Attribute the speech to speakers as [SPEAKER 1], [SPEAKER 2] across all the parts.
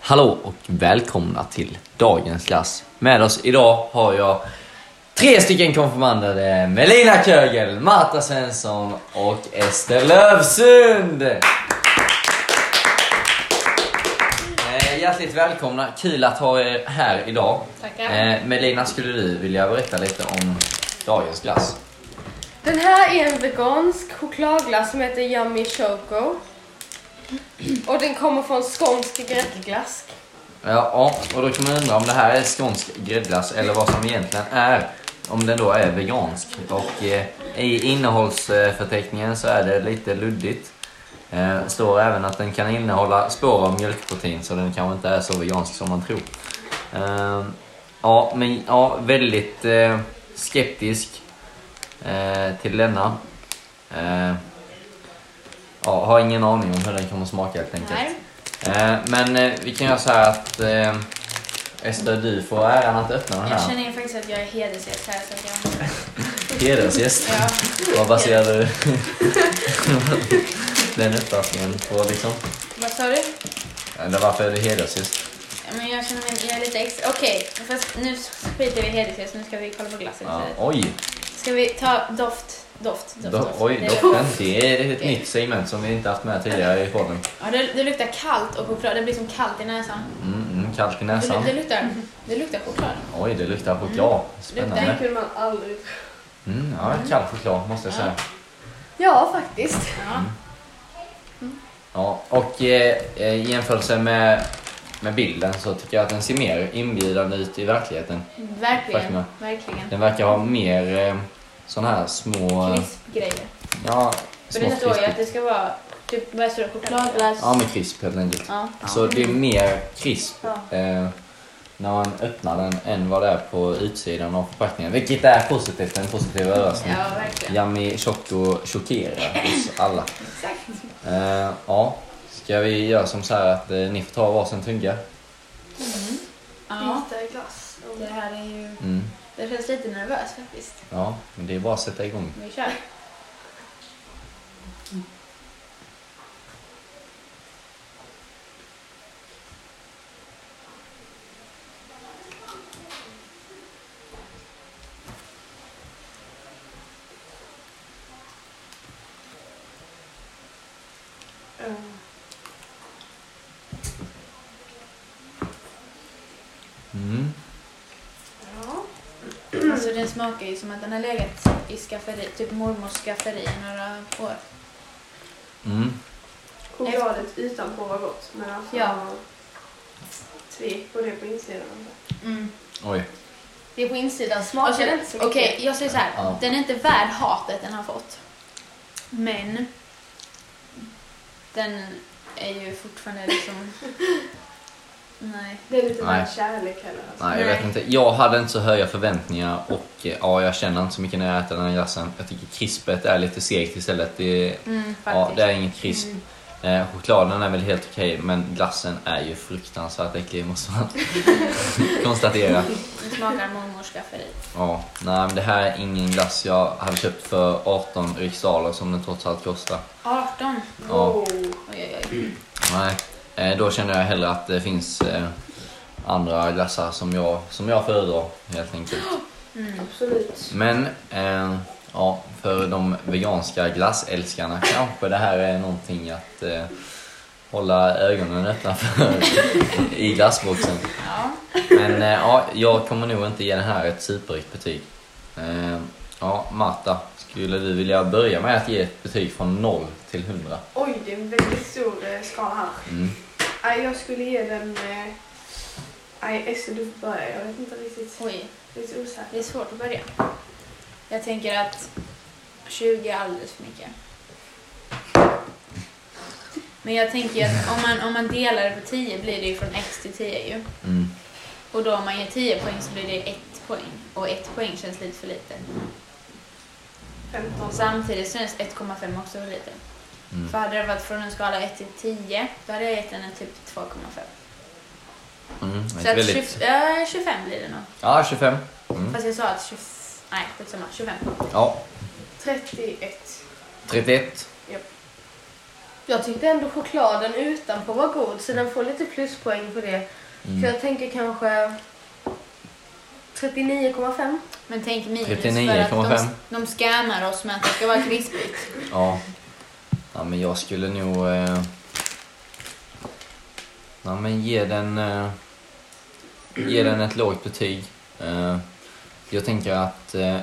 [SPEAKER 1] Hallå och välkomna till dagens klass. Med oss idag har jag tre stycken konfirmander. Det är Melina Kögel, Marta Svensson och Ester Lövsund. Eh, Hjärtligt välkomna, kul att ha er här idag.
[SPEAKER 2] Tackar.
[SPEAKER 1] Eh, Melina, skulle du vilja berätta lite om dagens glass?
[SPEAKER 2] Den här är en vegansk chokladglass som heter Yummy Choco. Och den kommer från skånsk gräddglass.
[SPEAKER 1] Ja, och då kan man undra om det här är skånsk gräddglass eller vad som egentligen är. Om den då är vegansk. Och eh, i innehållsförteckningen så är det lite luddigt. Eh, står även att den kan innehålla spår av mjölkprotein så den kanske inte är så vegansk som man tror. Eh, ja, men ja, väldigt eh, skeptisk eh, till denna. Eh, ja, har ingen aning om hur den kommer smaka helt enkelt.
[SPEAKER 2] Nej.
[SPEAKER 1] Eh, men eh, vi kan göra så här att eh, Ester, du får äran att öppna den
[SPEAKER 3] Jag
[SPEAKER 1] här.
[SPEAKER 3] känner ju faktiskt att jag är hedersgäst här så att jag...
[SPEAKER 1] Hedersgäst.
[SPEAKER 3] Ja.
[SPEAKER 1] Vad baserar du den uppfattningen på liksom?
[SPEAKER 3] Vad sa du?
[SPEAKER 1] Eller varför är du hedersgäst?
[SPEAKER 3] Ja, Men jag känner mig jag är lite extra... Okej, fast nu skiter vi i hedersgäst. Nu ska vi kolla på glassen
[SPEAKER 1] Ja,
[SPEAKER 3] istället.
[SPEAKER 1] oj,
[SPEAKER 3] Ska vi ta doft? Doft? Doft?
[SPEAKER 1] do, oj,
[SPEAKER 3] Det-
[SPEAKER 1] doften. Det är ett nytt segment som vi inte haft med tidigare i podden.
[SPEAKER 3] Ja, det, det luktar kallt och choklad. Det blir som kallt i näsan.
[SPEAKER 1] Mm, mm, kallt i
[SPEAKER 3] Det,
[SPEAKER 1] näsan.
[SPEAKER 3] det, luktar, det Mm, luktar choklad.
[SPEAKER 1] Oj, det luktar choklad.
[SPEAKER 2] Den
[SPEAKER 1] Spännande.
[SPEAKER 2] kunde man aldrig tro.
[SPEAKER 1] Mm, ja, kall choklad måste jag säga.
[SPEAKER 2] Ja, faktiskt.
[SPEAKER 3] Ja.
[SPEAKER 1] Ja, och eh, eh, i jämförelse med, med bilden så tycker jag att den ser mer inbjudande ut i verkligheten. Tack,
[SPEAKER 3] Verkligen.
[SPEAKER 1] Mia.
[SPEAKER 3] Verkligen.
[SPEAKER 1] Den verkar ha mer eh, sådana här små...
[SPEAKER 3] Krispgrejer.
[SPEAKER 1] Ja,
[SPEAKER 3] För
[SPEAKER 1] små
[SPEAKER 3] det står ju
[SPEAKER 1] krisp.
[SPEAKER 3] att det ska vara typ, vad står det? Chokladglass?
[SPEAKER 1] Ja, med krisp helt enkelt.
[SPEAKER 3] Ja.
[SPEAKER 1] Så det är mer krisp
[SPEAKER 3] Ja.
[SPEAKER 1] eh, när man öppnar den än vad det är på utsidan av förpackningen. Vilket är positivt, en positiv överraskning.
[SPEAKER 3] Ja, verkligen.
[SPEAKER 1] Yummy Choco chockerar hos alla.
[SPEAKER 3] Exakt.
[SPEAKER 1] Eh, ja, ska vi göra som så här att eh, ni får ta varsin tugga?
[SPEAKER 3] Ja.
[SPEAKER 2] Lite glass.
[SPEAKER 3] Det här är ju...
[SPEAKER 1] Mm.
[SPEAKER 3] Det känns lite nervös faktiskt.
[SPEAKER 1] Ja, men det är bara att sätta igång.
[SPEAKER 3] Vi kör.
[SPEAKER 1] Mm.
[SPEAKER 2] Ja. Mm.
[SPEAKER 3] Alltså den smakar ju som att den har legat i skafferi, typ mormors skafferi i några år.
[SPEAKER 1] Mm.
[SPEAKER 2] Chokladet utanpå var gott, men alltså...
[SPEAKER 3] Ja.
[SPEAKER 2] Tvek på det på insidan.
[SPEAKER 1] Oj.
[SPEAKER 3] Det är på insidan,
[SPEAKER 2] Mm. smakar inte så mycket.
[SPEAKER 3] Okej, jag säger så här.
[SPEAKER 1] Ja.
[SPEAKER 3] Den är inte värd hatet den har fått. Men den är ju fortfarande liksom... Nej.
[SPEAKER 2] Det är lite
[SPEAKER 1] Nej.
[SPEAKER 2] mer kärlek heller. Alltså.
[SPEAKER 1] Nej, jag vet
[SPEAKER 3] Nej.
[SPEAKER 1] inte. Jag hade inte så höga förväntningar och eh, ja, jag känner inte så mycket när jag äter den här glassen. Jag tycker krispet är lite segt istället. Det,
[SPEAKER 3] Mm, faktiskt. Mm.
[SPEAKER 1] ja, det är ingen krisp. Eh, chokladen är väl helt okej, men glassen är ju fruktansvärt äcklig måste man konstatera.
[SPEAKER 3] Den smakar mormors skafferi.
[SPEAKER 1] Ja, nej, men det här är ingen glass jag hade köpt för 18 riksdaler som den trots allt kostar.
[SPEAKER 3] 18.
[SPEAKER 1] Ja.
[SPEAKER 2] Wow.
[SPEAKER 3] Oj, oj, oj.
[SPEAKER 1] Nej, eh, då känner jag hellre att det finns eh, andra glassar som jag, som jag föredrar helt enkelt.
[SPEAKER 3] Mm.
[SPEAKER 2] Absolut.
[SPEAKER 1] Men eh, ja, för de veganska glassälskarna kanske det här är någonting att eh, hålla ögonen öppna för i glassboxen.
[SPEAKER 3] Ja.
[SPEAKER 1] Men eh, ja, jag kommer nog inte ge den här ett superhögt betyg. Eh, ja, Marta, skulle du vilja börja med att ge ett betyg från 0 till 100?
[SPEAKER 2] Oj, det är en väldigt stor eh, skala här.
[SPEAKER 1] Mm.
[SPEAKER 2] Nej, jag skulle ge den... eh, Nej, Esse, du får börja. Jag vet inte riktigt.
[SPEAKER 3] Oj,
[SPEAKER 2] Lite osäker.
[SPEAKER 3] det är svårt att börja. Jag tänker att 20 är alldeles för mycket. Men jag tänker ju att om man, om man delar det på 10 blir det ju från x till 10 ju.
[SPEAKER 1] Mm.
[SPEAKER 3] Och då om man ger 10 poäng så blir det 1 poäng. Och 1 poäng känns lite för lite.
[SPEAKER 2] 15.
[SPEAKER 3] Och samtidigt så känns 1,5 också för lite.
[SPEAKER 1] Mm.
[SPEAKER 3] För hade det varit från en skala 1 till 10 då hade jag gett den en typ 2,5.
[SPEAKER 1] Mm.
[SPEAKER 3] Så
[SPEAKER 1] Ett
[SPEAKER 3] att
[SPEAKER 1] väldigt...
[SPEAKER 3] 20, äh, 25 blir det nog.
[SPEAKER 1] Ja, 25. Mm.
[SPEAKER 3] Fast jag sa att 20, nej, skitsamma. 25.
[SPEAKER 1] Ja,
[SPEAKER 2] 31.
[SPEAKER 1] 31.
[SPEAKER 2] Japp. Jag tyckte ändå chokladen utanpå var god så den får lite pluspoäng på det.
[SPEAKER 1] Mm.
[SPEAKER 2] Så jag tänker kanske 39,5.
[SPEAKER 3] Men tänk minus
[SPEAKER 1] 39,5.
[SPEAKER 3] de, de scannar oss med att det ska vara krispigt.
[SPEAKER 1] Ja. ja men jag skulle nog... Eh... Ja, men ge den... Eh... Ge den ett lågt betyg. Eh... Jag tänker att eh...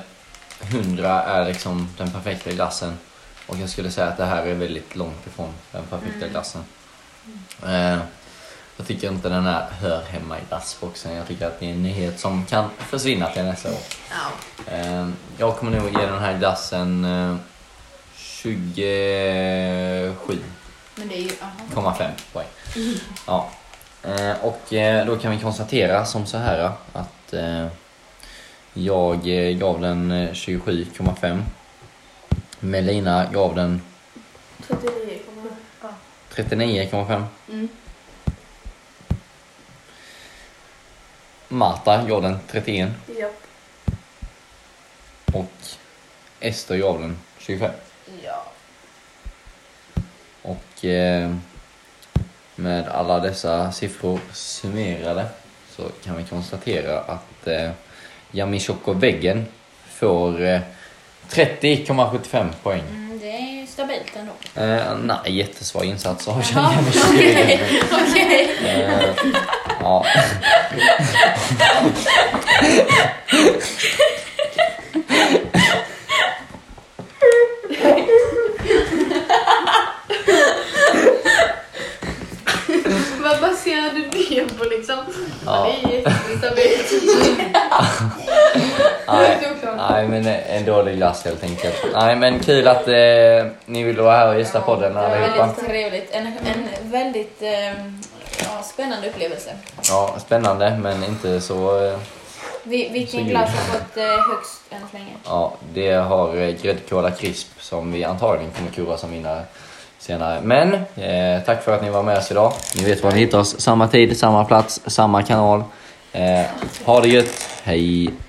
[SPEAKER 1] 100 är liksom den perfekta glassen. Och jag skulle säga att det här är väldigt långt ifrån den perfekta
[SPEAKER 3] Mm.
[SPEAKER 1] glassen. Eh... Jag tycker inte den här hör hemma i glassboxen. Jag tycker att det är en nyhet som kan försvinna till nästa år.
[SPEAKER 3] Ja.
[SPEAKER 1] Eh, Jag kommer nog ge den här glassen eh, 27,5
[SPEAKER 3] Men det är ju, aha.
[SPEAKER 1] poäng. Ja. Eh, Och eh, då kan vi konstatera som så här att eh, jag eh, gav den eh, 27,5. Melina gav den
[SPEAKER 2] 39,5.
[SPEAKER 1] 39,5.
[SPEAKER 3] Mm.
[SPEAKER 1] Marta gav den 31
[SPEAKER 2] Japp.
[SPEAKER 1] och Ester gav den 25.
[SPEAKER 3] Ja.
[SPEAKER 1] Och eh, med alla dessa siffror summerade så kan vi konstatera att eh, Yami Choco Väggen får eh, 30,75 poäng.
[SPEAKER 3] Mm, det är ju stabilt ändå.
[SPEAKER 1] Eh, nej, jättesvag insats av
[SPEAKER 3] Jaha,
[SPEAKER 1] Yami Choco Väggen.
[SPEAKER 3] Okej.
[SPEAKER 1] Eh, ja.
[SPEAKER 2] Vad baserar du det på liksom?
[SPEAKER 1] Ja.
[SPEAKER 2] Det är jättestabilt.
[SPEAKER 1] Nej,
[SPEAKER 2] Det är oklart.
[SPEAKER 1] nej, men en dålig glass helt enkelt. Nej, men kul att eh, ni ville vara här och gästa podden
[SPEAKER 3] Det var
[SPEAKER 1] allihopa.
[SPEAKER 3] väldigt trevligt. En, en väldigt ehm, ja, spännande upplevelse.
[SPEAKER 1] Ja, spännande, men inte så... Eh,
[SPEAKER 3] Vi,
[SPEAKER 1] Så
[SPEAKER 3] vilken
[SPEAKER 1] gud.
[SPEAKER 3] glass har fått eh, högst än så länge?
[SPEAKER 1] Ja, det har eh, gräddkola crisp som vi antagligen kommer kura som vinnare senare. Men eh, tack för att ni var med oss idag. Ni vet var ni hittar oss. Samma tid, samma plats, samma kanal. Eh, ha det gött. Hej!